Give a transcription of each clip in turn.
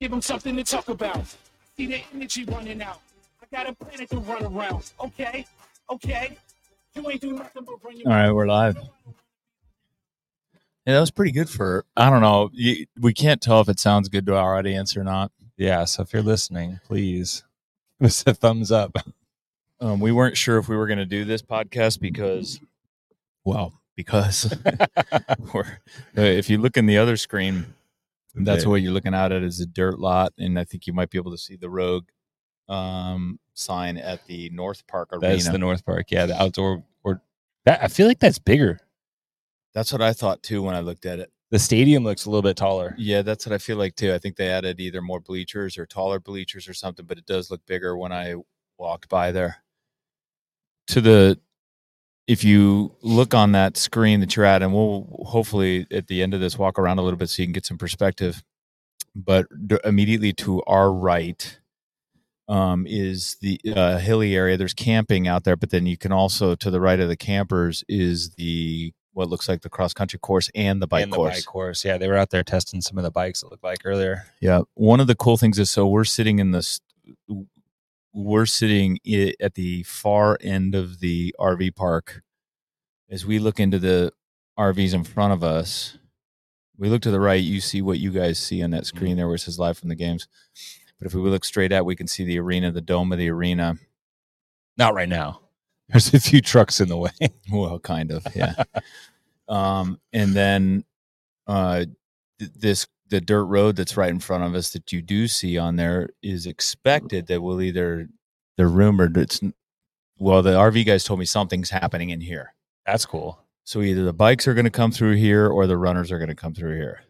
Give them something to talk about. See their energy running out. I got a planet to run around. Okay, okay. You ain't do nothing but run your All right, we're live. Yeah, that was pretty good for. I don't know. You, we can't tell if it sounds good to our audience or not. Yeah, so if you're listening, please give us a thumbs up. Um, we weren't sure if we were going to do this podcast because, well, because we're, uh, if you look in the other screen, that's Okay. what you're looking out at is a dirt lot, and I think you might be able to see the Rogue um, sign at the North Park Arena. that's the North Park. Yeah, the outdoor or that I feel like that's bigger. that's what I thought too when I looked at it. The stadium looks a little bit taller. Yeah, that's what I feel like too. I think they added either more bleachers or taller bleachers or something, but it does look bigger when I walked by there. To the if you look on that screen that you're at, and we'll hopefully at the end of this walk around a little bit so you can get some perspective. But d- immediately to our right um, is the uh, hilly area. There's camping out there, but then you can also to the right of the campers is the what looks like the cross country course and the bike And the course. bike course. Yeah, they were out there testing some of the bikes it looked like earlier. Yeah. One of the cool things is so we're sitting in this, we're sitting i- at the far end of the RV park. As we look into the RVs in front of us, we look to the right, you see what you guys see on that screen there where it says live from the games. But if we look straight at, we can see the arena, the dome of the arena. Not right now. There's a few trucks in the way. Well, kind of, yeah. um, and then uh, th- this the dirt road that's right in front of us that you do see on there is expected that will either they're rumored it's n- well the RV guys told me something's happening in here. That's cool. So either the bikes are going to come through here or the runners are going to come through here.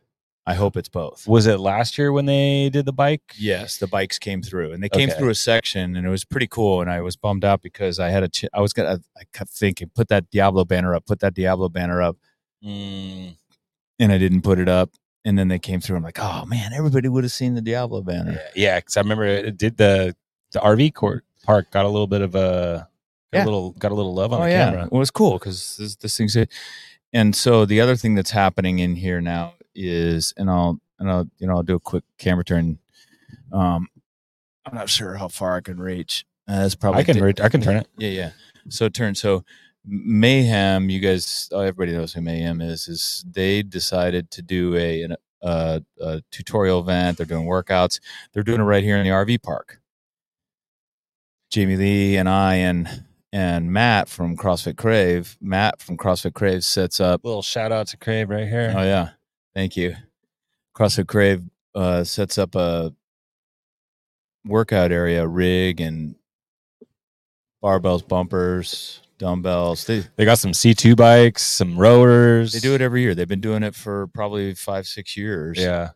I hope it's both. Was it last year when they did the bike? Yes, the bikes came through, and they came Okay. through a section, and it was pretty cool. And I was bummed out because I had a, ch- I was gonna, I kept thinking, put that Diablo banner up, put that Diablo banner up, Mm, and I didn't put it up. And then they came through. I'm like, oh man, everybody would have seen the Diablo banner. yeah, because I remember it did the the RV court park got a little bit of a, got Yeah. a little got a little love on oh the yeah, camera. well, it's cool because this, this thing's. And so the other thing that's happening in here now is, and I'll and I'll you know I'll do a quick camera turn. Um, I'm not sure how far I can reach. Uh, that's probably I can di- re- I can turn it. Yeah, yeah. So turn. So Mayhem, you guys, oh, everybody knows who Mayhem is. Is they decided to do a an, uh, a tutorial event. They're doing workouts. They're doing it right here in the RV park. Jamie Lee and I and and Matt from CrossFit Crave. Matt from CrossFit Crave sets up Little shout out to Crave right here. Oh yeah, thank you. CrossFit Crave uh, sets up a workout area, rig and barbells, bumpers, dumbbells. They They got some C2 bikes, some rowers. they do it every year. They've been doing it for probably five six years. Yeah.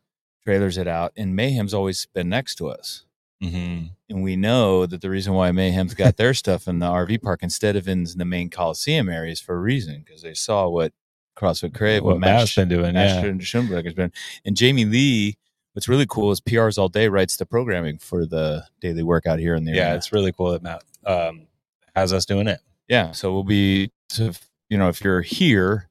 trailers it out, and Mayhem's always been next to us. Mm-hmm. And we know that the reason why Mayhem's got their stuff in the RV park instead of in the main Coliseum area is for a reason because they saw what CrossFit Crave, what, What Matt's been doing. Master Yeah. and Schoenberg has been. And Jamie Lee, what's really cool is PRs All Day writes the programming for the daily workout here in the Yeah. arena. It's really cool that Matt um, has us doing it. yeah. So we'll be, so if, you know, if you're here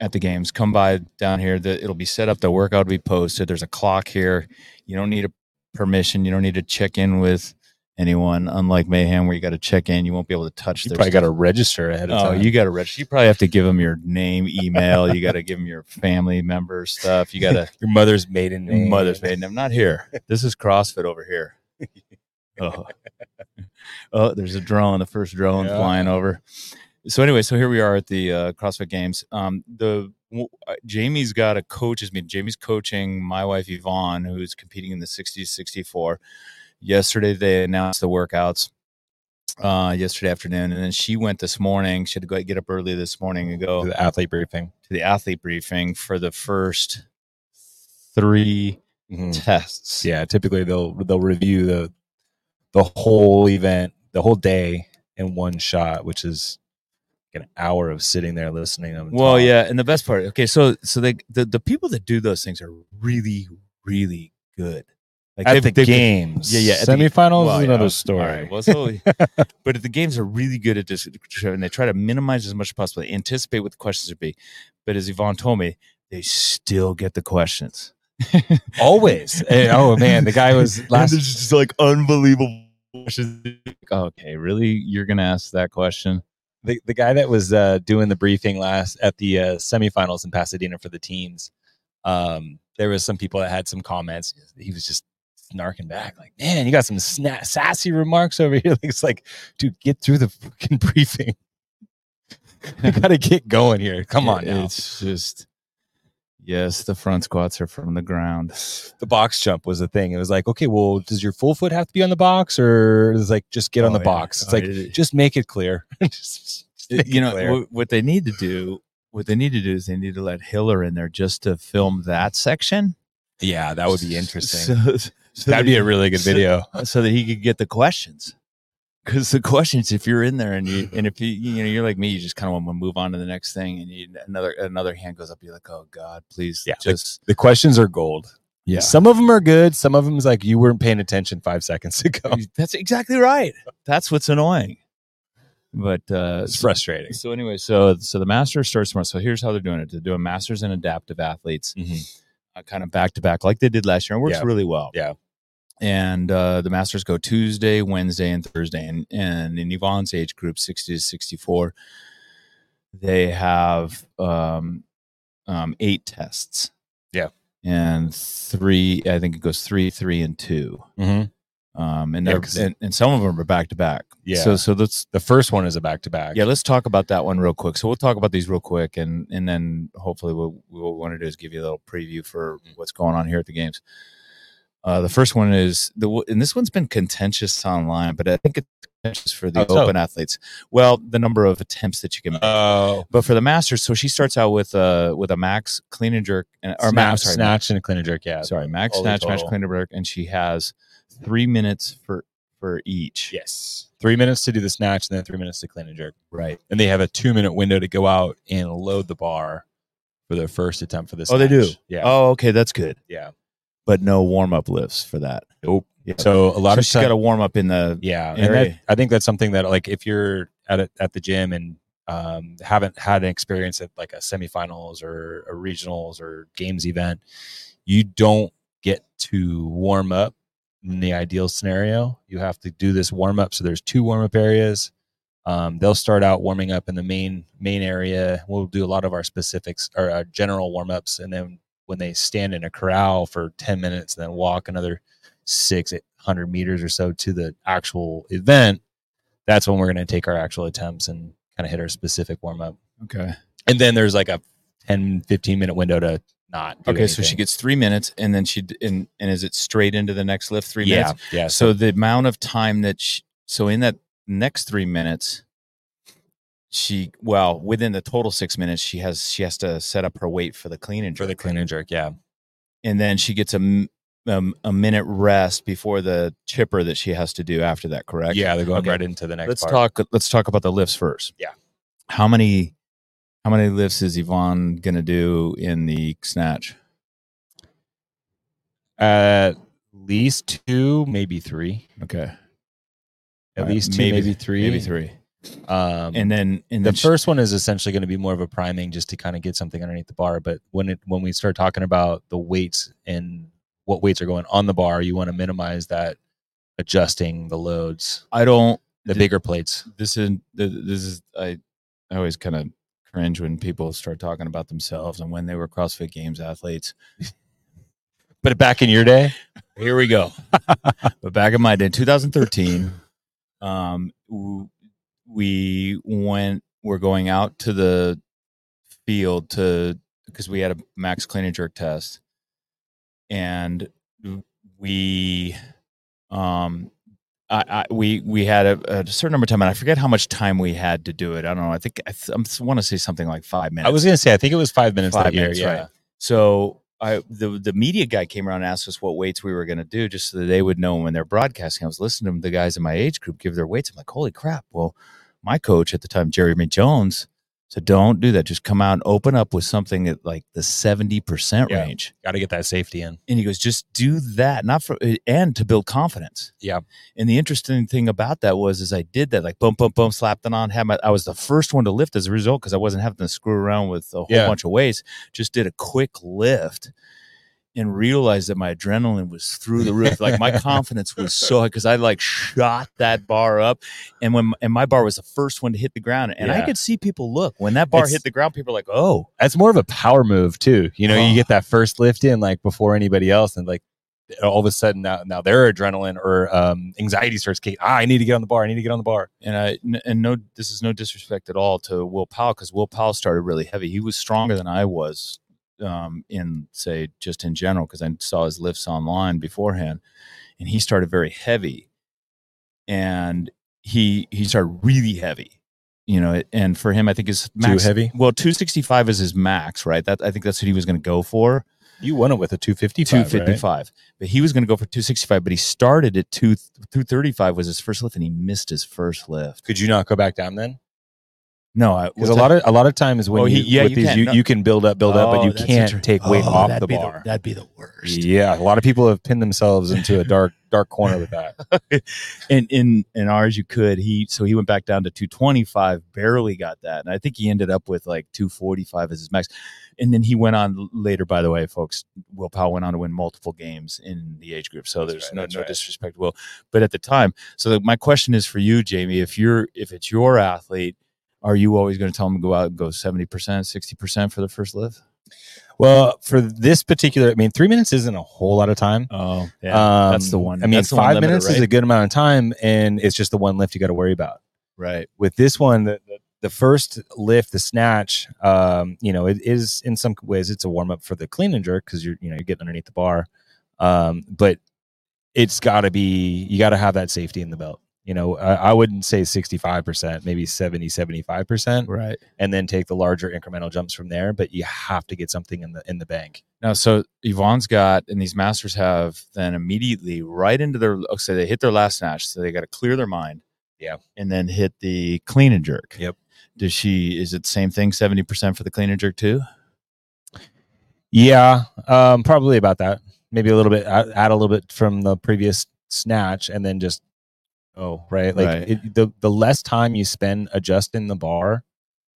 at the games, come by down here. The, it'll be set up. The workout will be posted. There's a clock here. You don't need a permission. You don't need to check in with anyone. Unlike Mayhem, where you got to check in, you won't be able to touch. You their probably stuff. got to register ahead of Oh, time. you got to register. You probably have to give them your name, email. you got to give them your family member stuff. You got to Your mother's maiden Your name. Mother's maiden. I'm not here. This is CrossFit over here. Oh, oh there's a drone, the first drone Yeah. flying over. So anyway, so here we are at the uh, CrossFit Games. Um, the w- uh, Jamie's got a coach's meeting. Jamie's coaching my wife Yvonne, who's competing in the 60 64. Yesterday they announced the workouts. Uh, yesterday afternoon, and then she went this morning. She had to go get up early this morning and go The athlete briefing. to the athlete briefing for the first three Mm-hmm. Mm. tests. Yeah. Typically they'll they'll review the the whole event, the whole day in one shot, which is an hour of sitting there listening. to them Well, talk. yeah, and the best part. Okay, so so they the, the people that do those things are really really good. Like At they've- the they've- games. Yeah, yeah, at the- Semifinals well, is yeah, another all story. right, well, so- but at the games are really good at this, and they try to minimize as much as possible, anticipate what the questions would be. But as Yvonne told me, they still get the questions. Always. Hey, oh man, the guy was last. This is just like unbelievable. Okay, really? You're gonna ask that question? the, the guy that was uh, doing the briefing last at the uh, semifinals in Pasadena for the teens, um, there was some people that had some comments. He was just snarking back, like, "Man, you got some sna- sassy remarks over here." it's like, dude, get through the fucking briefing. you got to get going here. Come on now. It's just yes, the front squats are from the ground. the box jump was the thing. It was like, okay, well, does your full foot have to be on the box, or is like just get on Oh, the yeah. box? It's Oh, like it- just make it clear. Just- just make you it know clear. wh- what they need to do. What they need to do is they need to let Hiller in there just to film that section. yeah, that would be interesting. So, so That'd that- be a really good so- video. so that he could get the questions. Because the questions, if you're in there and you and if you you know you're like me, you just kind of want to move on to the next thing, and you, another another hand goes up, you're like, oh God, please, Yeah, the- just The questions are gold. yeah. Some of them are good. Some of them is like you weren't paying attention five seconds ago. That's exactly right. That's what's annoying. But uh, It's frustrating. So anyway, so so the master starts tomorrow. So here's how they're doing it: they're doing masters and adaptive athletes, Mhm. uh, kind of back to back, like they did last year. It works Yeah. really well. Yeah. And uh, the masters go Tuesday, Wednesday, and Thursday. And and in Yvonne's age group, sixty to sixty four, they have um, um, eight tests. Yeah. And three, I think it goes three, three, and two. Mm-hmm. Um, and Yeah, they're 'cause- and, and some of them are back to back. Yeah. So so that's The first one is a back to back. yeah, let's talk about that one real quick. So we'll talk about these real quick, and and then hopefully what, what we want to do is give you a little preview for Mm-hmm. what's going on here at the games. Uh, the first one is the w- and this one's been contentious online, but I think it's contentious for the How so? open athletes. Well, the number of attempts that you can make, Oh, but for the masters, so she starts out with uh with a max clean and jerk, and, or snatch, max sorry, snatch and a clean and jerk. Yeah. sorry max All the snatch, max total. clean and jerk, and she has three minutes for for each. Yes. Three minutes to do the snatch and then three minutes to clean and jerk. Right. And they have a two minute window to go out and load the bar for their first attempt for this. Oh, they do? Yeah. Oh, okay, that's good. Yeah. but no warm up lifts for that. Nope. Yeah. So, So a lot of she's got time- to warm up in the. yeah and area. that, i think that's something that like if you're at a, at the gym and um, haven't had an experience at like a semifinals or a regionals or games event you don't get to warm up in the ideal scenario you have to do this warm up so there's two warm up areas um, they'll start out warming up in the main main area we'll do a lot of our specifics or our general warm ups and then when they stand in a corral for 10 minutes and then walk another six hundred meters or so to the actual event, that's when we're going to take our actual attempts and kind of hit our specific warm up. Okay. And then there's like a 10, 15 minute window to not. Do Okay. So she gets gets three minutes, and then she d- and and is it straight into the next lift? Three yeah, minutes. yeah. So So the amount of time that she, so in that next three minutes, she well within the total six minutes she has she has to set up her weight for the clean and for jerk, the clean and jerk, yeah, and then she gets a. m- Um, a minute rest before the chipper that she has to do after that, correct? yeah, they're going Okay. right into the next. let's part. talk let's talk about the lifts first Yeah. how many how many lifts is yvonne gonna do in the snatch at least two, maybe three. okay At All right, least two, maybe, three, maybe three Um, and then and the then she- first one is essentially going to be more of a priming just to kind of get something underneath the bar but when it when we start talking about the weights and what weights are going on the bar you want to minimize that adjusting the loads i don't the Th- bigger plates this is this is i i always kind of cringe when people start talking about themselves and when they were crossfit games athletes but back in your day here we go but back in my day 2013 um w- we went we're going out to the field to because we had a max clean and jerk test and we um I, I we we had a, a certain number of time and i forget how much time we had to do it i don't know i think i, th- I want to say something like five minutes i was going to say i think it was five minutes Five that year minutes, yeah right. so I the the media guy came around and asked us what weights we were going to do, just so that they would know when they're broadcasting. I was listening to the guys in my age group give their weights. I'm like, holy crap! Well, my coach at the time, Jeremy Jones, said, "Don't do that. Just come out and open up with something at like the seventy percent Yeah. range." got to get that safety in And he goes, "Just do that, not for and to build confidence." Yeah. And the interesting thing about that was, is I did that, like boom, boom, boom, slapped it on. Had my, I was the first one to lift as a result because I wasn't having to screw around with a whole Yeah. bunch of weights. Just did a quick lift, and realized that my adrenaline was through the roof. Like my confidence was so high because I like shot that bar up, and when and my bar was the first one to hit the ground, and I Yeah. could see people look when that bar It's- hit the ground. People were like, "Oh, That's more of a power move too. You know, Oh. you get that first lift in like before anybody else, and like all of a sudden now, now their adrenaline or um, anxiety starts kicking. Ah, I need to get on the bar. I need to get on the bar. and I n- and no, this is no disrespect at all to Will Powell because Will Powell started really heavy. He was stronger than I was um, in say just in general because I saw his lifts online beforehand, and he started very heavy, and he he started really heavy, you know. And for him, I think his max, heavy? Well, two sixty five is his max, right? That I think that's what he was going to go for. You won it with a two fifty. Two fifty five, but he was going to go for two sixty five. But he started at two two thirty five was his first lift, and he missed his first lift. Could you not go back down then? No, I, was Because a lot of a lot of times when Oh, you, he- yeah, with you these, can. you, No. you can build up, build up, Oh, but you that's can't inter- take weight Oh, off that'd the be bar. that'd be the worst. yeah, a lot of people have pinned themselves into a dark dark corner with that. And in in ours, you could he so he went back down to two twenty five, barely got that, and I think he ended up with like two forty five as his max. And then he went on l- later. By the way, folks, Will Powell went on to win multiple games in the age group, so That's there's right, no that's no right. disrespect, to Will. But at the time, so my question is for you, Jamie. If you're if it's your athlete, are you always going to tell him to go out and go seventy percent, sixty percent for the first lift? Well, for this particular, I mean, three minutes isn't a whole lot of time. Oh, Um, that's the one- I mean, that's the one five limiter, minutes is right? a good amount of time, and it's just the one lift you got to worry about. right. With this one, the, the, the first lift, the snatch, um, you know, it is in some ways it's a warm up for the clean and jerk because you're you know you're getting underneath the bar, um, but it's got to be you got to have that safety in the belt. You know, I, I wouldn't say 65%, maybe 70, 75%, Right. and then take the larger incremental jumps from there. But you have to get something in the in the bank. Now, so Yvonne's got, and these masters have, then immediately right into their, oh, so they hit their last snatch. So they got to clear their mind. Yeah. And then hit the clean and jerk. Yep. Does she, is it the same thing, 70% for the clean and jerk too? Yeah, um, probably about that. Maybe a little bit. Add, add a little bit from the previous snatch, and then just oh, right. Like Right. It, the the less time you spend adjusting the bar,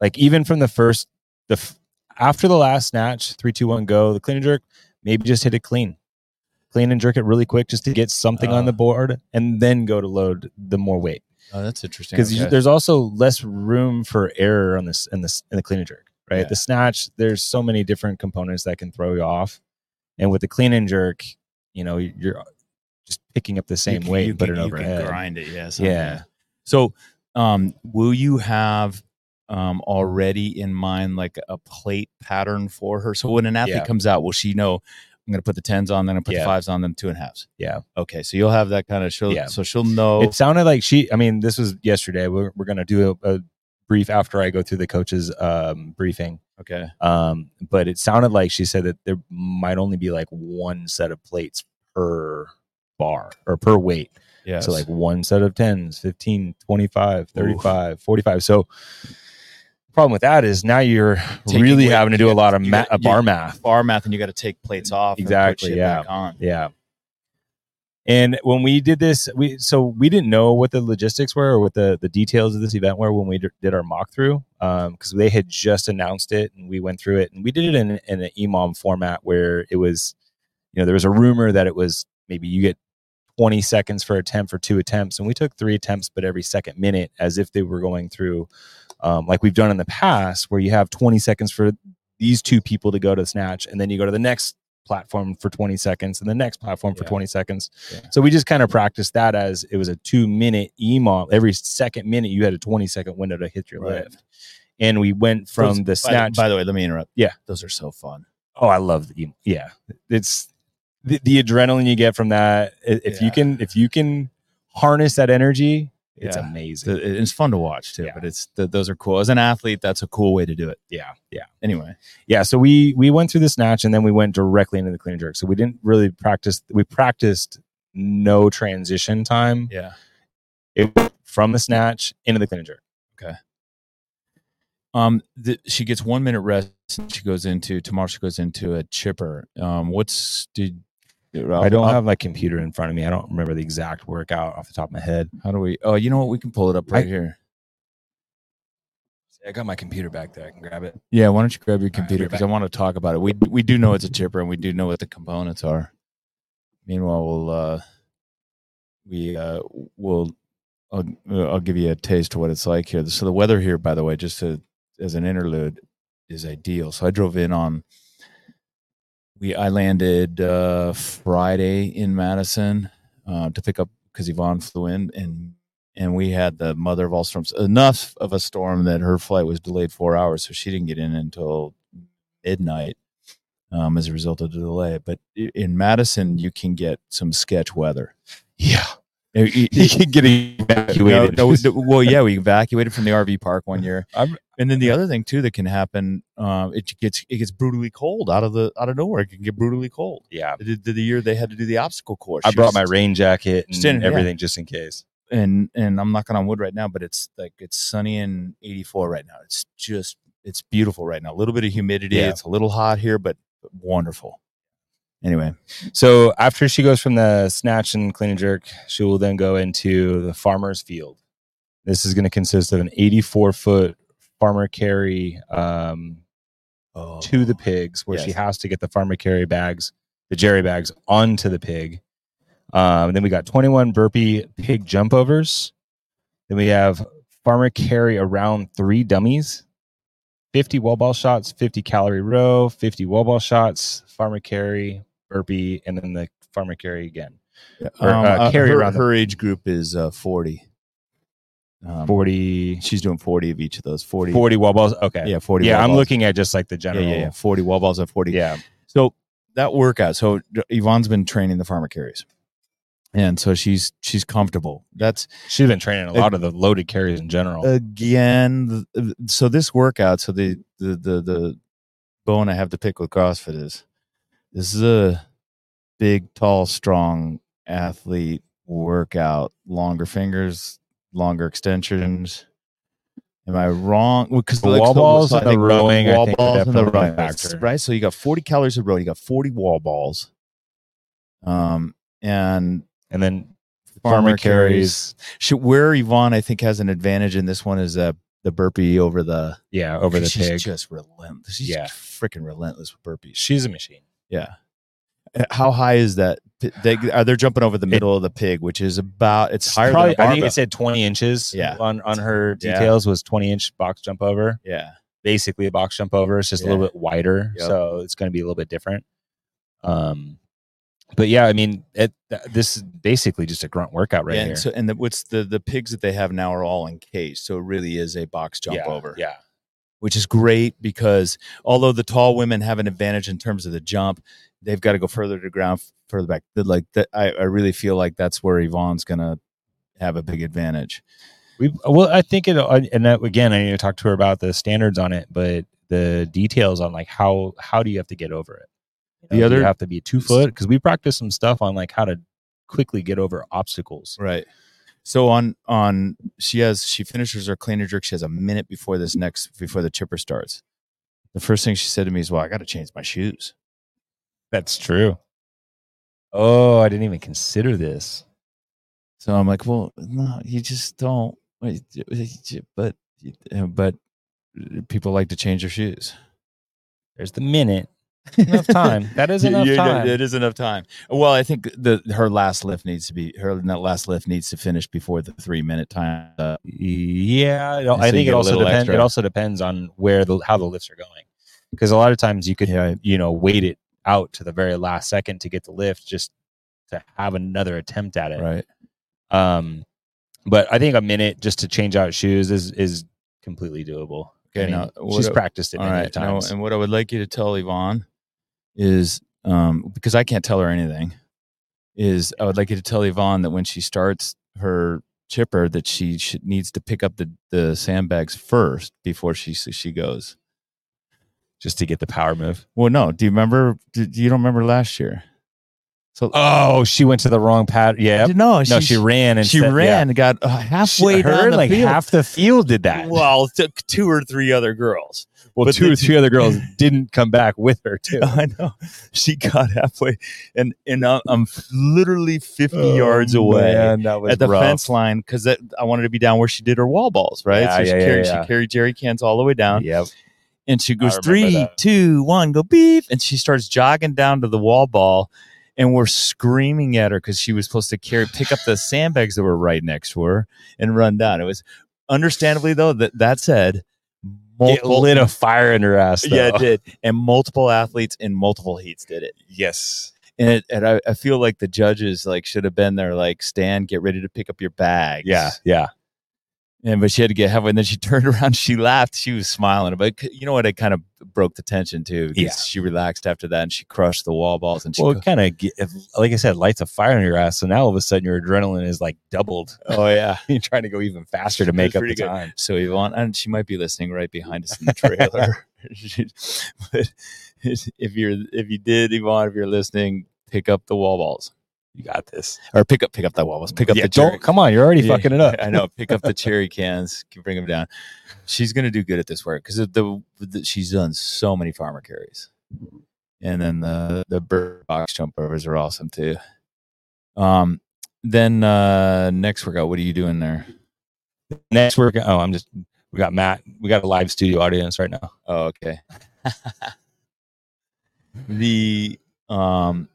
like even from the first the f- after the last snatch, three, two, one, go. The clean and jerk. Maybe just hit it clean, clean and jerk it really quick, just to get something on Uh. the board, and then go to load the more weight Oh, that's interesting. because there's also less room for error on this in this in the clean and jerk, right? Yeah. The snatch, there's so many different components that can throw you off, and with the clean and jerk, you know you're uh, just picking up the same You can- weight you and put can- it you can overhead. grind it. Yes. Yeah. So, um, will you have um, already in mind like a plate pattern for her? So when an athlete Yeah. comes out, will she know? I'm going to put the tens on, then I put the Yeah. fives on, then two and a halves. Yeah. Okay. So you'll have that kind of. She'll, Yeah. So she'll know. It sounded like she. I mean, this was yesterday. We're we're gonna do a, a brief after I go through the coaches um, briefing. okay. Um, but it sounded like she said that there might only be like one set of plates per bar or per weight. Yeah. So like one set of 10s, 15, 25, 35, 45. So problem with that is now you're Taking really weight, having to you do a gotta- lot of you ma- gotta- a bar you- math. bar math, and you got to take plates off. and put ah. Exactly, shit yeah. back on. Yeah. And when we did this, we so we didn't know what the logistics were or what the, the details of this event were when we d- did our mock through because they had just announced it and we went through it and we did it in, in an E EMOM format where it was, you know, there was a rumor that it was maybe you get 20 seconds for attempt for two attempts and we took three attempts but every second minute as if they were going through um, like we've done in the past where you have 20 seconds for these two people to go to the snatch and then you go to the next platform for 20 seconds and the next platform for Yeah. 20 seconds Yeah. so we just kind of practiced that as it was a two minute emom every second minute you had a 20 second window to hit your Right. lift and we went Those- from the by- snatch By, the way, let me interrupt. Yeah. Those are so fun. Oh, I love the emo- yeah. It's the, the adrenaline you get from that. I- If Yeah. you can, if you can harness that energy, it's Yeah. amazing. It- It's fun to watch too, Yeah. but it's th- those are cool. As an athlete, that's a cool way to do it. yeah, yeah, Anyway, yeah. So we we went through the snatch and then we went directly into the clean and jerk. So we didn't really practice. We practiced no transition time yeah. it, from the snatch into the clean and jerk. Um, the, she gets one minute rest. and She goes into tomorrow. She goes into a chipper. Um, what's did I don't have my computer in front of me. I don't remember the exact workout off the top of my head. How do we? Oh, you know what? We can pull it up right I- here. I got my computer back there. I can grab it. Yeah, why don't you grab your right, computer we're because I back. want to talk about it. We we do know it's a chipper and we do know what the components are. Meanwhile, we'll uh, we uh, will I'll, uh, I'll give you a taste of what it's like here. So the weather here, by the way, just to, as an interlude, is ideal. So I drove in on we I landed uh, Friday in Madison uh, to pick up because Yvonne flew in and and we had the mother of all storms enough of a storm that her flight was delayed four hours so she didn't get in until midnight um, as a result of the delay but i- in madison you can get some sketch weather Yeah. It- it- You can get evacuated. no, no, well yeah we evacuated from the rv park one year I'm- and then the other thing too that can happen um, it gets it gets brutally cold out of the out of nowhere it can get brutally cold yeah. the, the, the year they had to do the obstacle course I she was- brought my rain jacket and Standard, yeah. everything just in case. and and I'm knocking on wood right now, but it's like it's sunny and 84 right now. It's just it's beautiful right now. A little bit of humidity. Yeah. It's a little hot here, but wonderful. Anyway, So after she goes from the snatch and clean and jerk, she will then go into the farmer's field. This is going to consist of an 84 foot farmer carry um, oh, to the pigs, where she Yes. has to get the farmer carry bags, the jerry bags, onto the pig. Um, then we got 21 burpee pig jump overs. Then we have farmer carry around three dummies, 50 wall ball shots, 50 calorie row, 50 wall ball shots, farmer carry, burpee, and then the farmer carry again. or, uh, carry um, her, around the- her age group is uh, 40. Um, 40, She's doing 40 of each of those. 40. 40 wall balls. Okay. Yeah, 40. yeah, wall I'm balls. looking at just like the Yeah, general. yeah, yeah. 40 wall balls at 40. yeah. So that workout. So Yvonne's been training the farmer carries, and so she's she's comfortable. That's She's been training a lot of the loaded carries in general. Uh, again th- th- so this workout so the the the, the bone i have to pick with crossfit is this is a big tall strong athlete workout longer fingers longer extensions am i wrong because The wall balls and the rowing, I wall think, are balls and the definitely a rowing factor. right so you got 40 calories of rowing you got 40 wall balls um and and then farmer carries should, where Yvonne, I think, has an advantage in this one is uh, the burpee over the Yeah, over the she's pig. Just relentless. She's Yeah. freaking relentless with burpees. She's a machine. Yeah. Uh, How high is that? P- They are they're jumping over the middle of the pig, which is about it's higher Probably, than a I think barbell. it said 20 inches. Yeah. On on her Yeah. details was 20 inch box jump over. yeah. Basically a box jump over. It's just a little Yeah. bit wider, Yep. so it's going to be a little bit different. Um, but yeah, I mean, it, th- this is basically just a grunt workout right and here. so and the, what's the the pigs that they have now are all encased, so it really is a box jump Yeah, over. Yeah. which is great because although the tall women have an advantage in terms of the jump, they've got to go further to the ground, further back. That- Like that, I, I really feel like that's where Yvonne's gonna have a big advantage. We well, I think it, uh, and that, again, I need to talk to her about the standards on it, but the details on like how how do you have to get over it? The You know, do you other- have to be two foot because we practiced some stuff on like how to quickly get over obstacles. Right. So on on she has she finishes her cleaner jerk. She has a minute before this next before the chipper starts. The first thing she said to me is, "Well, I got to change my shoes." That's true. Oh, I didn't even consider this. So I'm like, "Well, no, you just don't." Wait, But but uh, people like to change their shoes. There's the minute. Enough time. That is Yeah, enough yeah, time. It is enough time. Well, I think the her last lift needs to be her that last lift needs to finish before the three minute time. Uh, Yeah, it- And I so you think get it a also little depends. extra. It also depends on where the how the lifts are going, because a lot of times you could yeah, you know wait it out to the very last second to get the lift just to have another attempt at it. right. Um, but I think a minute just to change out shoes is is completely doable. Okay, I mean, now, what she's a- practiced it All many right. Now, times. and what I would like you to tell Yvonne is um, because I can't tell her anything. Is I would like you to tell Yvonne that when she starts her chipper, that she should, needs to pick up the the sandbags first before she she goes. just to get the power move. Well, no. Do you remember? Do, you don't remember last year? So Oh, she went to the wrong pad. Yeah, no, no, she ran and she ran and got uh, halfway She, down her the like field. half the field did that. Well, took two or three other girls, Well, But two or did you- three other girls didn't come back with her too. I know. She got halfway, and and I'm, I'm literally 50 yards away Oh, that was at the rough. fence line because I wanted to be down where she did her wall balls, right? Yeah, so she, yeah, yeah, carried, yeah. she carried jerry cans all the way down, Yep. and she goes remember three, two, one, that. go beep, and she starts jogging down to the wall ball. And we're screaming at her because she was supposed to carry pick up the sandbags that were right next to her and run down. It was understandably though that that said, It multiple lit a fire in her ass. Though. yeah, it did. And multiple athletes in multiple heats did it. Yes. And it, and I, I feel like the judges like should have been there, like Stan, get ready to pick up your bags. Yeah. Yeah. And but she had to get halfway, and then she turned around, she laughed, she was smiling, but c- you know what? It kind of broke the tension too. because Yeah. She relaxed after that, and she crushed the wall balls, and she. Well, go- it kind of, like I said, lights a fire in your ass. So now all of a sudden your adrenaline is like doubled. oh yeah. You're trying to go even faster to make up pretty the good. time. So Yvonne, and she might be listening right behind us in the trailer. but if you're if you did Yvonne, if you're listening, pick up the wall balls You got this. or pick up pick up that wall balls. Pick up yeah, the don't jerry- come on. You're already fucking it up. I know. Pick up the cherry cans, can bring them down. She's gonna do good at this work because the, the she's done so many farmer carries, and then the the bird box jump overs are awesome too. Um, then uh next workout, what are you doing there? Next, we're go- oh, I'm just we got Matt. We got a live studio audience right now. Oh, okay. the um,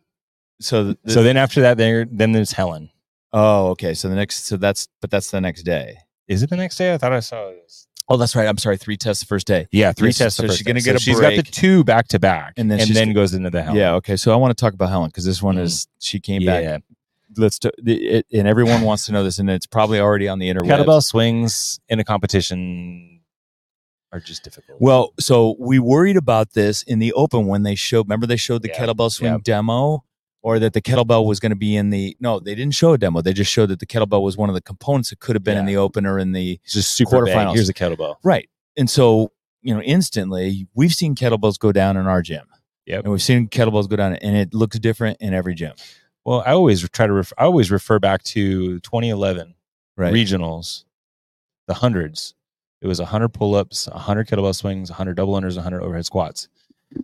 so the, so then after that, there then there's Helen. oh, okay. So the next, so that's but that's the next day. Is it the next day? I thought I saw it. was- Oh, that's right. I'm sorry. Three tests the first day. Yeah, three Yes, tests. so the she's first gonna day. get a so she's got break. the two back to back, And and then then she's gonna- goes into the Helen. Yeah. Okay. So I want to talk about Helen because this one Mm. is she came back yeah. let's t- it, and everyone wants to know this and it's probably already on the interwebs. Kettlebell swings in a competition are just difficult. well so we worried about this in the open when they showed remember they showed the Yeah, kettlebell swing yeah. demo or that the kettlebell was going to be in the no they didn't show a demo they just showed that the kettlebell was one of the components that could have been in Yeah. the open or in the it's just super big. quarterfinals. Here's a kettlebell. right and so you know instantly we've seen kettlebells go down in our gym Yep. and we've seen kettlebells go down and it looks different in every gym Well, I always try to. Ref- I always refer back to 2011 right regionals, the hundreds. It was 100 pull ups, 100 kettlebell swings, 100 double unders, 100 overhead squats.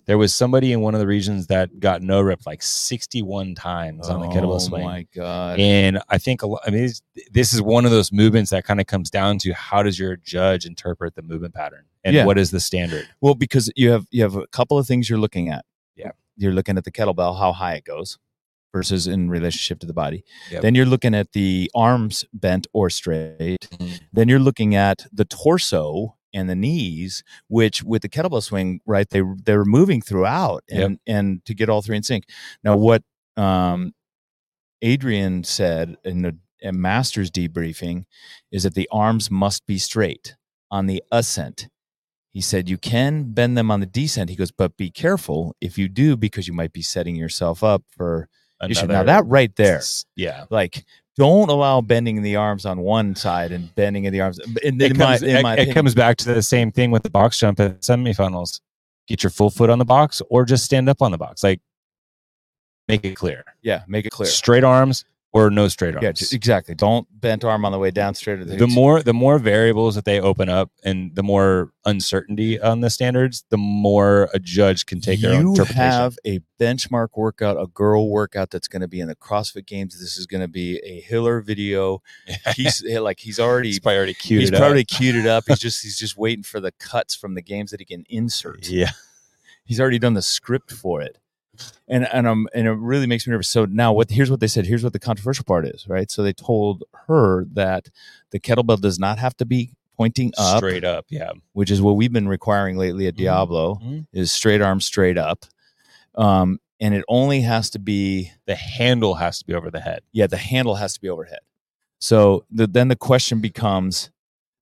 There was somebody in one of the regions that got no rep like 61 times on the kettlebell oh swing. my god And I think a lot, I mean, it's- this is one of those movements that kind of comes down to how does your judge interpret the movement pattern and Yeah. what is the standard? Well, because you have you have a couple of things you're looking at. Yeah. You're looking at the kettlebell, how high it goes versus in relationship to the body. Yep. Then you're looking at the arms bent or straight. Mhm. Then you're looking at the torso and the knees, which with the kettlebell swing, right, they they're moving throughout and and to get all three in sync. Now what um Adrian said in the in master's debriefing is that the arms must be straight on the ascent. He said you can bend them on the descent. He goes, but be careful if you do because you might be setting yourself up for issue. Now Another- that right there, Yeah. like don't allow bending the arms on one side and bending of the arms. And It in my, comes, in it- my it opinion, comes back to the same thing with the box jump at semifinals. Get your full foot on the box or just stand up on the box. Like, make it clear. yeah, make it clear. Straight arms or no straight arms. Yeah, j- e, exactly. Don't bent arm on the way down straight. Or the, the more the more variables that they open up and the more uncertainty on the standards, the more a judge can take their own you interpretation. have a benchmark workout, a girl workout that's going to be in the CrossFit Games. This is going to be a Hiller video. He's like he's already he's probably already queued he's it up. probably queued it up. He's just he's just waiting for the cuts from the games that he can insert. yeah. He's already done the script for it. And and um and it really makes me nervous. So now what here's what they said. Here's what the controversial part is, right? So they told her that the kettlebell does not have to be pointing up, Straight up, yeah. which is what we've been requiring lately at Mhm. Diablo, Mhm. is straight arm straight up. Um, and it only has to be The handle has to be over the head. yeah, the handle has to be overhead. So the, then the question becomes,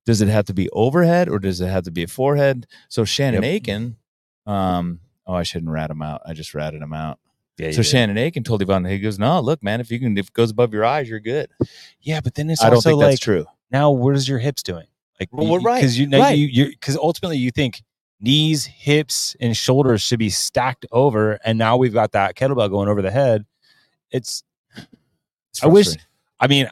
does it have to be overhead or does it have to be a forehead? So Shannon Yep. Aiken, um, oh, I shouldn't rat him out. I just ratted him out. Yeah, so Shannon Aiken told Yvonne, he goes, no, look, man, if you can, if it goes above your eyes, you're good. yeah, but then it's I don't also think like that's true. now where's your hips doing? Like Well, we're right, because you now right. you you because ultimately you think knees, hips, and shoulders should be stacked over, and now we've got that kettlebell going over the head. It's It's I wish- frustrating. I mean,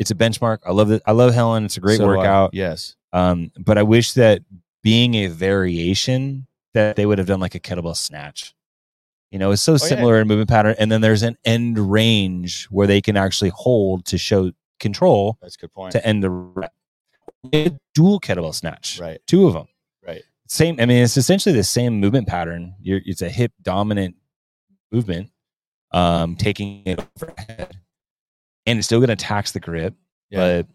it's a benchmark. I love it. I love Helen. It's a great So do I. workout. yes. Um, but I wish that being a variation that they would have done like a kettlebell snatch. You know, it's so Oh, yeah. similar in movement pattern. And then there's an end range where they can actually hold to show control That's a good point. to end the rep. A dual kettlebell snatch, Right. two of them. Right. Same. I mean, it's essentially the same movement pattern. You're, it's a hip dominant movement, um, taking it overhead, and it's still going to tax the grip. Yeah. But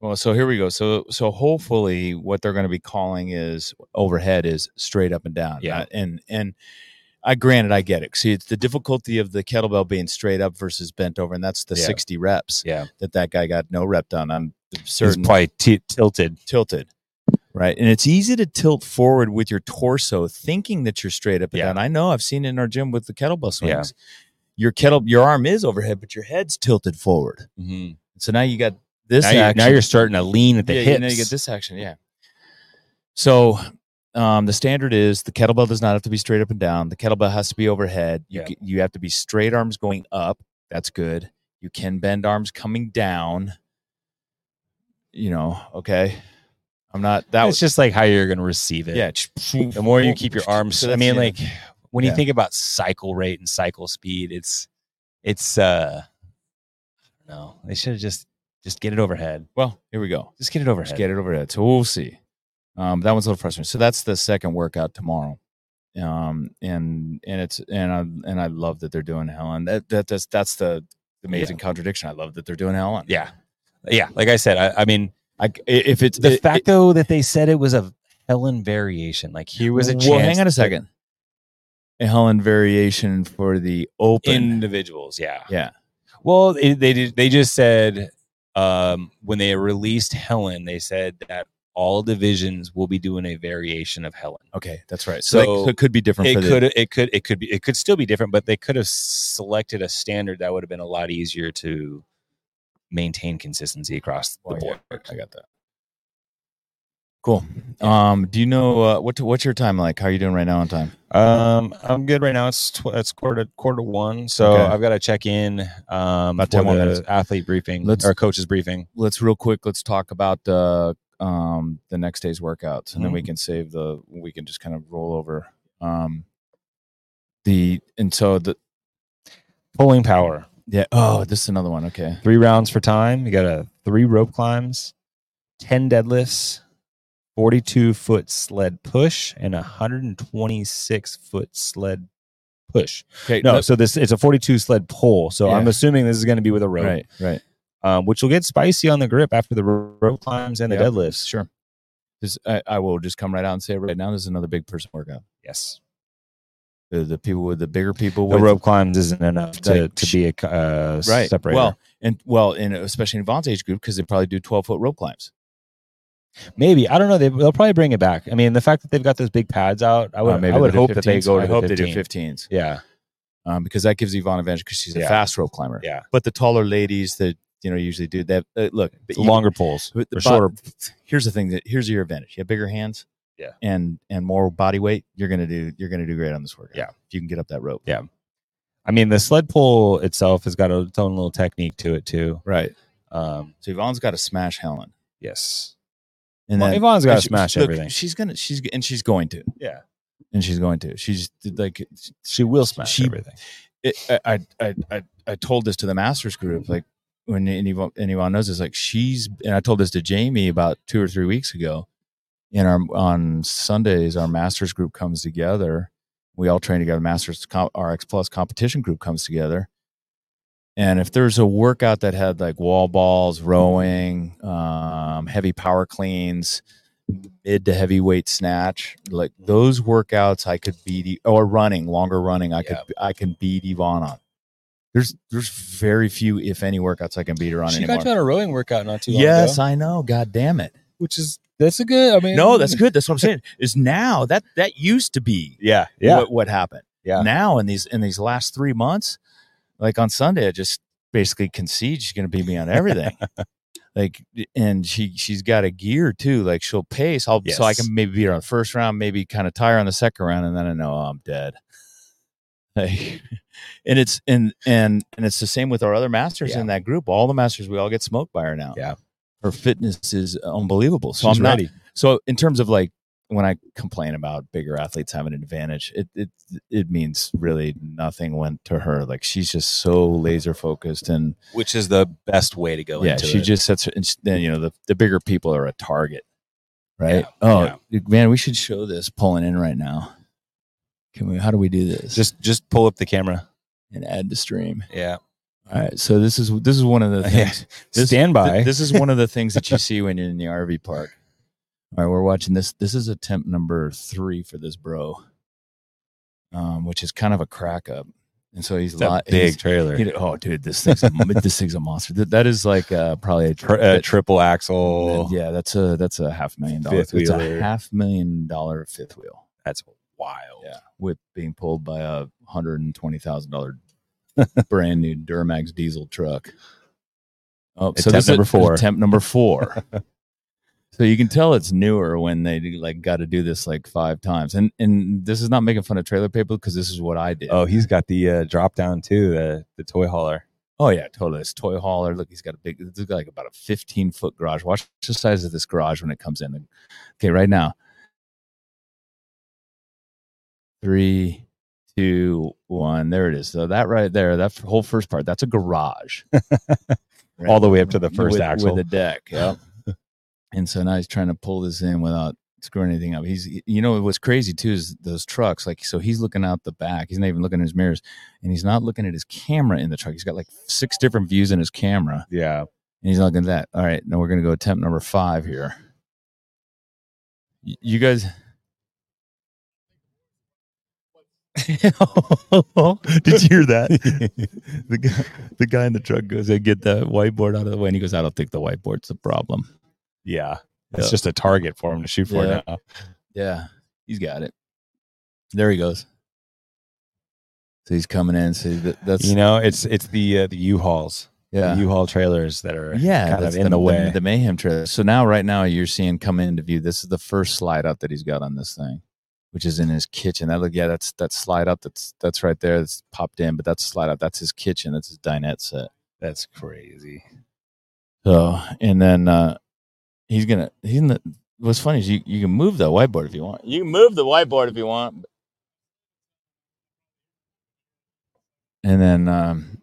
Well, so here we go. So so hopefully what they're going to be calling is overhead is straight up and down. Yeah. Uh, and and I granted I get it. See, it's the difficulty of the kettlebell being straight up versus bent over, and that's the Yeah. sixty reps yeah, that that guy got no rep done. I'm it's certain probably t- tilted. tilted. Right. And it's easy to tilt forward with your torso thinking that you're straight up and Yeah. down. I know I've seen it in our gym with the kettlebell swings. Yeah. Your kettle your arm is overhead, but your head's tilted forward. So now you got Mm-hmm. this Now, you're, now action. you're starting to lean at the yeah, hips. You, know, you get this action. Yeah. So um, the standard is the kettlebell does not have to be straight up and down. The kettlebell has to be overhead. You, Yeah. ca- you have to be straight arms going up. That's good. You can bend arms coming down. You know, okay. I'm not that it's was just like how you're going to receive it. yeah. The more you keep your arms, So I that's mean, the like end. when you Yeah. think about cycle rate and cycle speed, it's it's uh, I don't know. They should have just just get it overhead. well, here we go. Just get it overhead. Just get it overhead. So we'll see. Um, that one's a little frustrating. So that's the second workout tomorrow. Um, and and it's and I and I love that they're doing Helen. That that that's that's the amazing contradiction. I love that they're doing Helen. Yeah, yeah. Like I said, I, I mean, I, i- if it's the it- fact it- though that they said it was a Helen variation, like here was a chance. well, hang on a second. A Helen variation for the that open. Individuals, yeah, yeah, Well, it, they did, they just said um, when they released Helen, they said that all divisions will be doing a variation of Helen. okay, that's right. So, that- So so it could be different. It for could it could it could be it could still be different, but they could have selected a standard that would have been a lot easier to maintain consistency across The, the board. Oh, yeah, I got that. Cool. Um, do you know uh, what what's your time like? How are you doing right now on time? Um, I'm good right now. It's tw- it's quarter quarter to one, so Okay. I've got to check in um, About for 10 more the minutes. athlete briefing Let's- or coaches briefing. let's real quick let's talk about uh, um, the next day's workouts and then Mm-hmm. we can save the we can just kind of roll over um, the and so the Pulling power. yeah oh this is another one okay three rounds for time. You got a three rope climbs, 10 deadlifts, 42 foot sled push, and 126 foot sled push. okay No, so this it's a 42 sled pull. So I'm Yeah. assuming this is going to be with a rope, right right um, which will get spicy on the grip after the ro- rope climbs and the Yep. deadlifts. sure this, I, I will just come right out and say right now this is another big person workout Yes. the, the people with the bigger people The with rope climbs isn't enough to, Like, to be a c- uh, separator. well and well and especially in Von's age group because they probably do 12 foot rope climbs maybe I don't know. They, they'll probably bring it back. I mean, the fact that they've got those big pads out, I would, Uh, maybe I would they'll hope do that they 15s. go to I the hope 15. they do 15s Yeah, um, because that gives Yvonne advantage because she's a Yeah. fast rope climber. Yeah. But the taller ladies that you know usually do that. Uh, look, but It's you- longer pulls but the or bo- shorter Here's the thing that here's your advantage. You have bigger hands. Yeah. And and more body weight. You're gonna do you're gonna do great on this workout. Yeah. If you can get up that rope. Yeah. I mean, the sled pull itself has got its own little technique to it too. Right. Um, So Yvonne's got to smash Helen. yes, And then Yvonne's got to she- smash look, everything. She's gonna she's and she's going to. Yeah. And she's going to. She's like She will smash she- everything. it, I, I, I, I told this to the masters group, like when anyone, anyone knows this, like she's, and I told this to Jamie about two or three weeks ago in our, on Sundays, our masters group comes together. We all train together. Masters com- RX plus competition group comes together. And if there's a workout that had like wall balls, rowing, um, heavy power cleans, mid to heavyweight snatch, like Mm-hmm. those workouts, I could beat E, or running, longer running, I could I can beat Yvonne on. There's there's very few, if any, workouts I can beat her on She got you anymore. on a rowing workout not too long Yes, ago, I know. God damn it. which is that's a good. I mean, No, that's good. That's what I'm saying. Is now that that used to be Yeah, yeah. what, what happened. Yeah. Now in these in these last three months, like on Sunday, I just basically concede she's going to beat me on everything. like, and she she's got a gear too. Like she'll pace. I'll so I Yes. can maybe beat her on the first round, maybe kind of tire on the second round, and then I know oh, I'm dead. Like, and it's and and and it's the same with our other masters Yeah. in that group. All the masters, we all get smoked by her now. Yeah. Her fitness is unbelievable. So She's I'm not ready. so in terms of like when I complain about bigger athletes having an advantage, it it it means really nothing went to her. Like she's just so laser focused, and which is the best way to go. yeah, into she it. just sets. her- And she, then you know the the bigger people are a target, right? Yeah, oh yeah. dude, man, we should show this pulling in right now. Can we? How do we do this? Just just pull up the camera. and add to stream. Yeah. All right, so this is this is one of the things. Yeah. This- Stand by. Th- this is one of the things that you see when you're in the RV park. All right, we're watching this. This is attempt number three for this bro, um, which is kind of a crack up. And so he's It's a li- big he's- trailer. he- oh, dude, this thing's a, mon- this thing's a monster. That, that is like uh, probably a, Tri- tri- uh, triple axle. yeah, that's a that's a half million dollar. Fifth Fifth it's wheeler. a half million dollar fifth wheel. That's wild. Yeah, with being pulled by a hundred and twenty thousand dollar brand new Duramax diesel truck. Oh, Attempt this is number four. Attempt number four. so you can tell it's newer when they do, like got to do this like five times, and and this is not making fun of trailer people because this is what I did. Oh, he's got the uh, drop down too. The the toy hauler. Oh, yeah, totally. It's toy hauler. Look, he's got a big. This is like about a fifteen foot garage. Watch the size of this garage when it comes in. Okay, right now, three, two, one. There it is. So that right there, that whole first part, that's a garage. Right. All the way up to the first with, axle. with a deck. Yep. and so now he's trying to pull this in without screwing anything up. He's, you know, what's crazy too is those trucks. Like, so he's looking out the back. He's not even looking at his mirrors, and he's not looking at his camera in the truck. He's got like six different views in his camera, yeah. and he's looking at that. All right, now we're gonna go attempt number five here. Y- You guys. Did you hear that? the guy, the guy in the truck goes, "I get the whiteboard out of the way," and he goes, "I don't think the whiteboard's the problem." yeah. It's Yeah. just a target for him to shoot for Yeah. now. Yeah, he's got it. There he goes. So he's coming in. So that, that's You know, it's it's the uh, the U-Hauls, yeah, the U-Haul trailers that are yeah, kind that's of in the, way. The, mayhem trailer. So now, right now, you're seeing come into view. This is the first slide up that he's got on this thing, which is in his kitchen. That look, yeah, that's that slide up. That's that's right there. That's popped in, but that's slide up. That's his kitchen. That's his dinette set. that's crazy. So and then uh he's gonna he's in the what's funny is you, you can move the whiteboard if you want. You can move the whiteboard if you want. And then um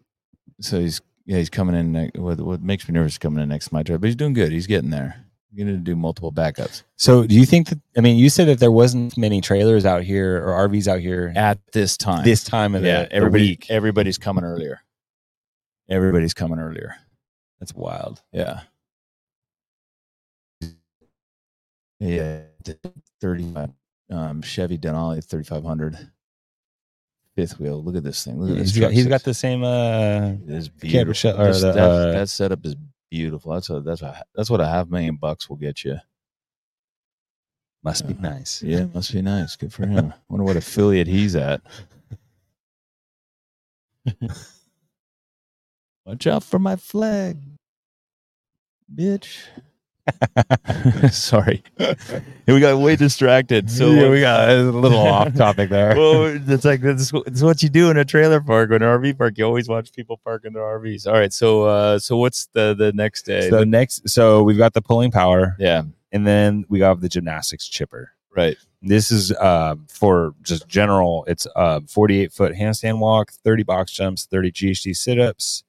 so he's yeah, he's coming in ne- what what makes me nervous is coming in next to my trip, but he's doing good. He's getting there. He's gonna do multiple backups. So, do you think that? I mean, you said that there wasn't many trailers out here or RVs out here At this time. this time of the, yeah, the everybody week. everybody's coming earlier. Everybody's coming earlier. That's wild. Yeah. Yeah. the 35 um, Chevy Denali 3500 fifth wheel. Look at this thing. Look at this. He's got, truck. he's got the same. Uh, It is Camper beautiful. shell- or This- the, that, uh, that setup is beautiful. That's a, that's a, that's what a half million bucks will get you. must be Uh, nice. Yeah, must be nice. Good for him. Wonder what affiliate he's at. Watch out for my flag, bitch. Sorry, we got way distracted. So Yeah, we got a little off topic there. well, that's like that's, that's what you do in a trailer park or an RV park. You always watch people park in their RVs. All right, so uh, so what's the the next day? so next, so we've got the pulling power, yeah, and then we got the gymnastics chipper. right. This is uh, for just general. It's uh, 48 foot handstand walk, 30 box jumps, 30 GHD sit ups,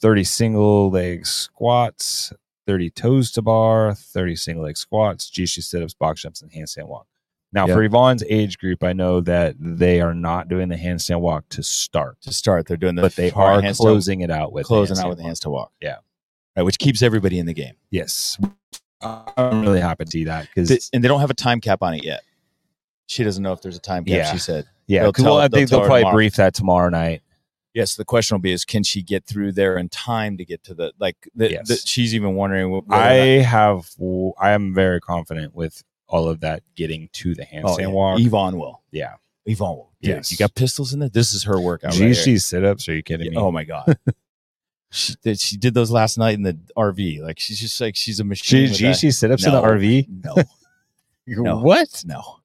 30 single leg squats, 30 toes to bar, 30 single leg squats, GHD sit ups, box jumps, and handstand walk. Now, Yeah. for Yvonne's age group, I know that they are not doing the handstand walk to start, To start, they're doing the but they are hard handstand- closing it out with closing out handstand with the walk. hands to walk. Yeah. right, which keeps everybody in the game. Yes. I'm really happy to see that because Th- and they don't have a time cap on it yet. She doesn't know if there's a time cap. Yeah. She said yeah, they'll 'cause, tell- well, I they'll think they'll tell her probably tomorrow. brief that tomorrow night. yes. the question will be: Is can she get through there in time to get to the like? The, Yes. the- she's even wondering. wh- whether or I not- have, I am very confident with all of that getting to the handstand Oh, yeah. walk. Yvonne will. yeah, Yvonne will. Dude, Yes. you got pistols in there. This is her workout. right GHD here. sit ups. Are you kidding me? oh my god. she did. She did those last night in the RV. Like she's just like she's a G- machine. with that. GHD sit ups No. in the RV. No, No. What? no.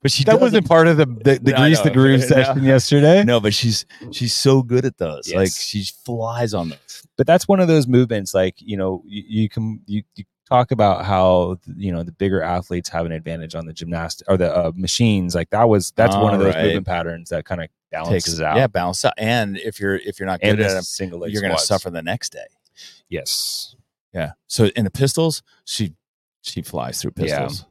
But she That does wasn't part of the the, the No, I grease the know. groove No. session yesterday. No, but she's she's so good at those. Yes. Like she flies on those. But that's one of those movements. Like you know, you, you can you, you talk about how you know the bigger athletes have an advantage on the gymnast or the uh, machines. Like that was that's one of those Alright. movement patterns that kind of balances Takes- out. Yeah, balance out. And if you're if you're not good and at this them, single leg you're going to squats. suffer the next day. Yes, Yeah. So in the pistols, she she flies through Yeah. pistols.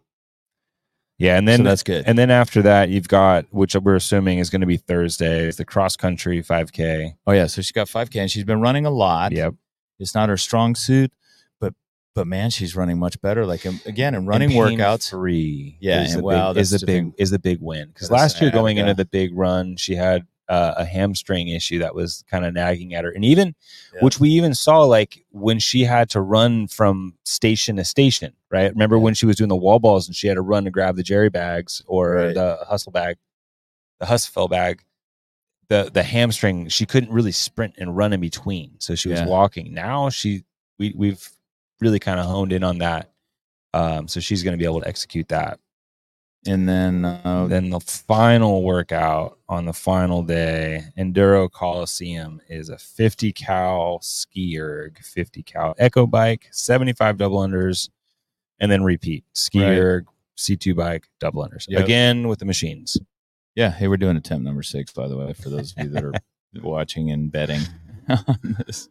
yeah, and Then then that's good. and then after that you've got which we're assuming is going to be Thursday. It's the cross country 5K. oh yeah. So she got 5K and she's been running a lot. Yep, It's not her strong suit, but but man, she's running much better. Like um, again, in running workouts, three. Yeah, is and the wow, big, is that's the the big thing. is the big win because That's last year an going ab, into yeah. the big run she had uh, a hamstring issue that was kind of nagging at her, and even Yeah. which we even saw like when she had to run from station to station. Right, remember Yeah. when she was doing the wall balls and she had to run to grab the jerry bags or Right. the hustle bag, the hustle bag. The, the hamstring she couldn't really sprint and run in between so she was Yeah. walking now she we, we've really kind of honed in on that um, so she's going to be able to execute that. and then uh, Then the final workout on the final day, Enduro Coliseum is a 50 cal ski erg, 50 cal echo bike, 75 double unders, and then repeat ski Right. erg, C2 bike, double unders. Yep. Again with the machines. yeah, hey, we're doing attempt number six, by the way, for those of you that are watching and betting on this.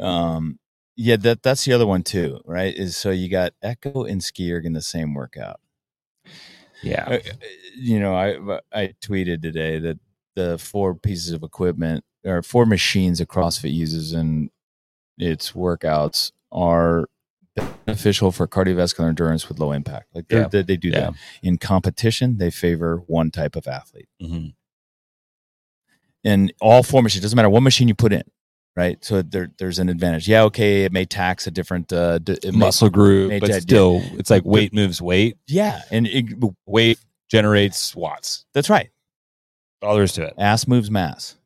Um, yeah, that that's the other one too, right? Is so you got Echo and Skierg in the same workout. Yeah. Uh, you know, I uh, I tweeted today that the four pieces of equipment or four machines that CrossFit uses in its workouts are beneficial for cardiovascular endurance with low impact. Like they're- Yeah. they, they do Yeah. that in competition. They favor one type of athlete Mhm. in all four machines. Doesn't matter what machine you put in, right? So there, there's an advantage. Yeah, okay, it may tax a different uh, d- it may- Muscle group, made but that- still, it's like weight moves weight. yeah, and it, Weight generates watts. that's right. All there is to it. ass moves mass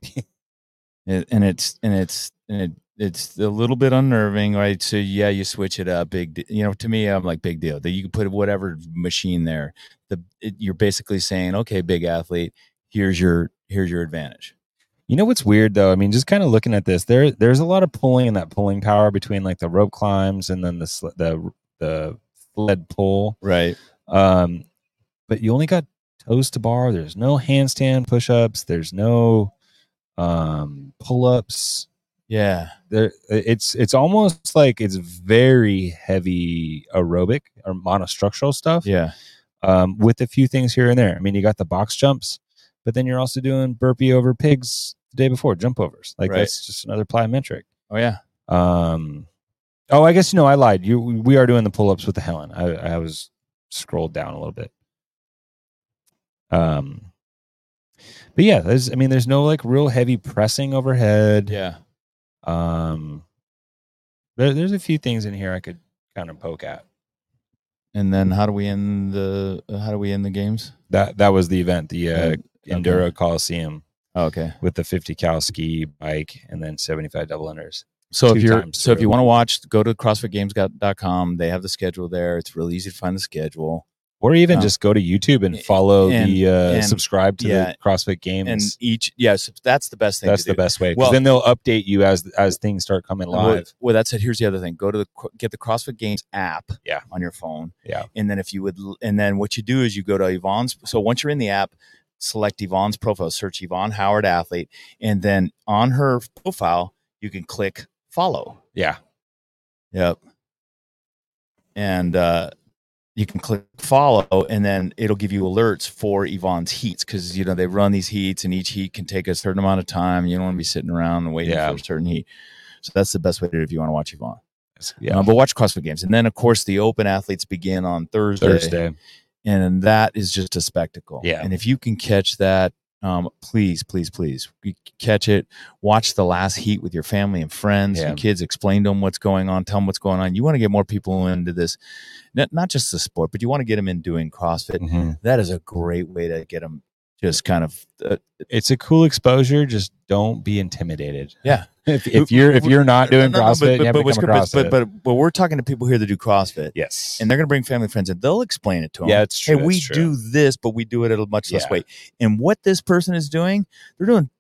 and and it's and it's and it, it's a little bit unnerving right so yeah you switch it up big de- you know to me i'm like big deal that you can put whatever machine there the it, you're basically saying okay big athlete here's your here's your advantage You know what's weird though? I mean, just kind of looking at this, there there's a lot of pulling and that pulling power between like the rope climbs and then the sl- the the sled pull. right Um, but you only got toes to bar. There's no handstand push ups. There's no um, pull ups. yeah There, it's it's almost like it's very heavy aerobic or monostructural stuff yeah um, with a few things here and there. I mean, you got the box jumps, but then you're also doing burpee over pigs the day before, jump overs. Like Right. that's just another plyometric. oh yeah Um, oh, I guess you know I lied. You we are doing the pull ups with the Helen. I, I was scrolled down a little bit. Um, but yeah, there's I mean, there's no like real heavy pressing overhead. yeah Um, there, there's a few things in here I could kind of poke at. and then how do we end the how do we end the games That that was the event, the uh, Okay. Enduro Coliseum. oh, okay with the 50 cal ski bike and then 75 double unders. So two if you're times so if through. you want to watch, go to CrossFitGames.com. They have the schedule there. It's really easy to find the schedule. Or even Oh. just go to YouTube and follow the uh, and- subscribe to yeah, the CrossFit And Games. each yes, that's the best thing. That's to do. the best way because Well- then they'll update you as as things start coming Well, live. Well, that's it. Here's the other thing: go to the get the CrossFit Games app. Yeah. on your phone. Yeah. and then if you would, and then what you do is you go to Yvonne's. So once you're in the app, select Yvonne's profile, search Yvonne Howard athlete, and then on her profile you can click follow. Yeah, Yep. And uh, you can click follow, and then it'll give you alerts for Yvonne's heats because you know they run these heats, and each heat can take a certain amount of time. You don't want to be sitting around and waiting Yeah. for a certain heat. So that's the best way to do it if you want to watch Yvonne. It's- Yeah. yeah. but watch CrossFit Games, and then of course the Open athletes begin on Thursday, Thursday. and that is just a spectacle. Yeah. and if you can catch that. Um, please, please, please you catch it. Watch the last heat with your family and friends, Yeah. your kids. Explain to them what's going on. Tell them what's going on. You want to get more people into this, not, not just the sport, but you want to get them in doing CrossFit. Mhm. That is a great way to get them just kind of. Uh, It's a cool exposure. Just don't be intimidated. Yeah. if, if you're if you're not doing No, no, no, CrossFit, and you haven't what's come good- across but, it, but but we're talking to people here that do CrossFit, yes, and they're going to bring family and friends, and they'll explain it to them. yeah, it's hey, true. we it's true. do this, but we do it at a much less Yeah. weight. And what this person is doing, they're doing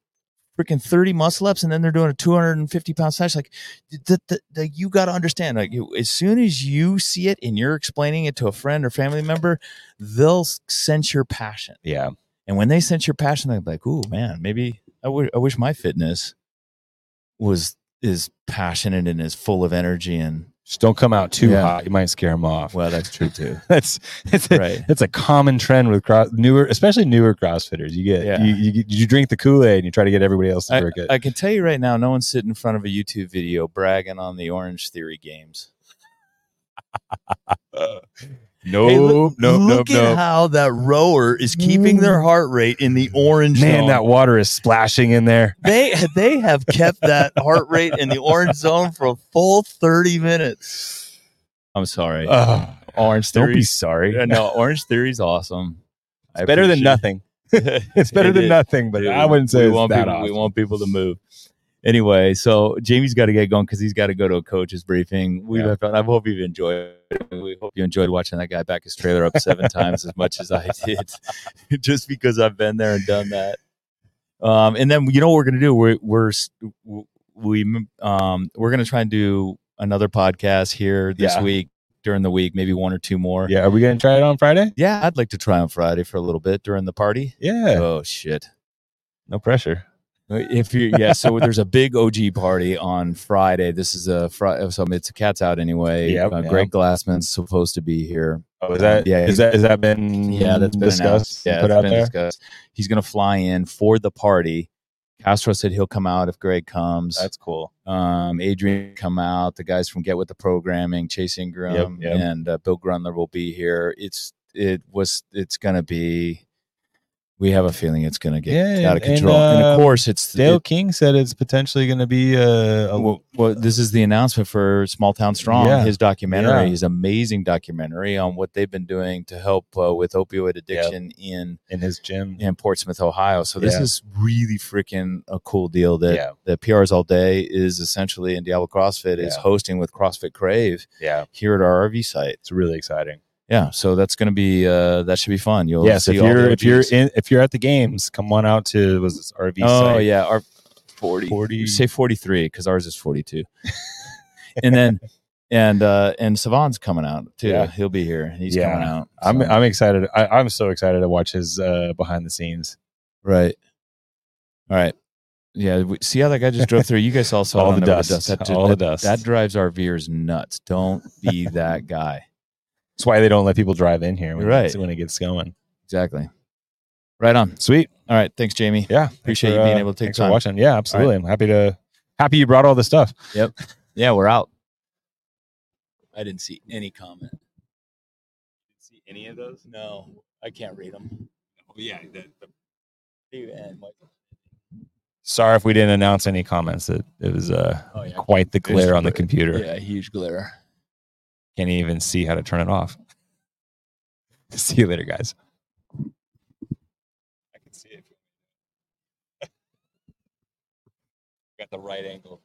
freaking 30 muscle ups and then they're doing a 250 pound snatch. Like, th- th- th- you got to understand, like, you, as soon as you see it and you're explaining it to a friend or family member, they'll s- sense your passion. Yeah. And when they sense your passion, they're like, "Ooh, man, maybe I wi- I wish my fitness was is passionate and is full of energy." And Just don't come out too Yeah. hot. You might scare them off. well, that's true too, That's it's a, right? it's a common trend with cross, newer, especially newer CrossFitters. You get Yeah. you, you get- you drink the Kool Aid and you try to get everybody else to drink it. I can tell you right now, no one's sitting in front of a YouTube video bragging on the Orange Theory games. no, Hey, look- look at how that rower is keeping their heart rate in the orange Man, zone. that water is splashing in there. they they have kept that heart rate in the orange zone for a full 30 minutes. I'm sorry. Ugh. Uh, orange don't Theory be sorry. Yeah, no, Orange Theory's awesome. It's better than nothing. It's better than nothing, but I wouldn't say we it's want that people, We awesome. want people to move. Anyway, so Jamie's got to get going because he's got to go to a coach's briefing. We Yeah. have fun. I hope you've enjoyed. it. We hope you enjoyed watching that guy back his trailer up seven times as much as I did, just because I've been there and done that. Um, and then you know what we're gonna do? We're we're s- w- we um we're gonna try and do another podcast here this Yeah. week during the week, maybe one or two more. Yeah, are we gonna try it on Friday? Yeah, I'd like to try on Friday for a little bit during the party. Yeah, Oh shit! no pressure. Uh, If you yeah, so there's a big OG party on Friday. This is a Friday, so it's a cat's out anyway. Yep, uh, yep. Greg Glassman's supposed to be here. Oh, is that Yeah. yeah? Is that has that been Yeah, that's been discussed? announced. Yeah, put that's out been there. discussed. He's going to fly in for the party. Castro said he'll come out if Greg comes. That's cool. um, Adrian come out. The guys from Get with the Programming, Chase Ingram, Yep, yep. and uh, Bill Grunler will be here. It's it was it's going to be. We have a feeling it's going to get Yeah, out of and, control, and, uh, of course it's Dale it- King said it's potentially going to be uh, a, a well, well, this is the announcement for Small Town Strong, Oh. Yeah. his documentary, Yeah. his amazing documentary on what they've been doing to help uh, with opioid addiction in in his gym. in Portsmouth, Ohio. So this Yeah. is really freaking a cool deal that yeah, that PRs all day is essentially and Diablo CrossFit is Yeah. hosting with CrossFit Crave yeah, here at our RV site. it's really exciting. Yeah, so that's going to be uh, that should be fun. You'll yes, see if all the you're if you're OGs. in if you're at the games, come on out to was this RV? oh site. yeah, our forty 40. say forty three because ours is forty two, and then and uh and Savant's coming out too. Yeah. He'll be here. He's Yeah. coming out. I'm So- I'm excited. I, I'm so excited to watch his uh, behind the scenes. right. All right. Yeah, we, see how that guy just drove through. You guys all saw All it on the there dust. with That, ju- All the that- dust. That drives our viewers nuts. Don't be that guy. That's why they don't let people drive in here when, You're right. it's- when it gets going. Exactly. Right on. Sweet. All right. Thanks, Jamie. Yeah, Appreciate you being able to take thanks time. For watching. Yeah, absolutely. I'm happy to happy you brought all this stuff. Yeah, we're out. I didn't see any comment. see any of those? No, I can't read them. Oh, yeah, the, the Sorry if we didn't announce any comments. It it was uh, Oh, yeah. quite the glare on the computer. Yeah, huge glare. Can't even see how to turn it off. see you later, guys. I can see it. Got the right angle.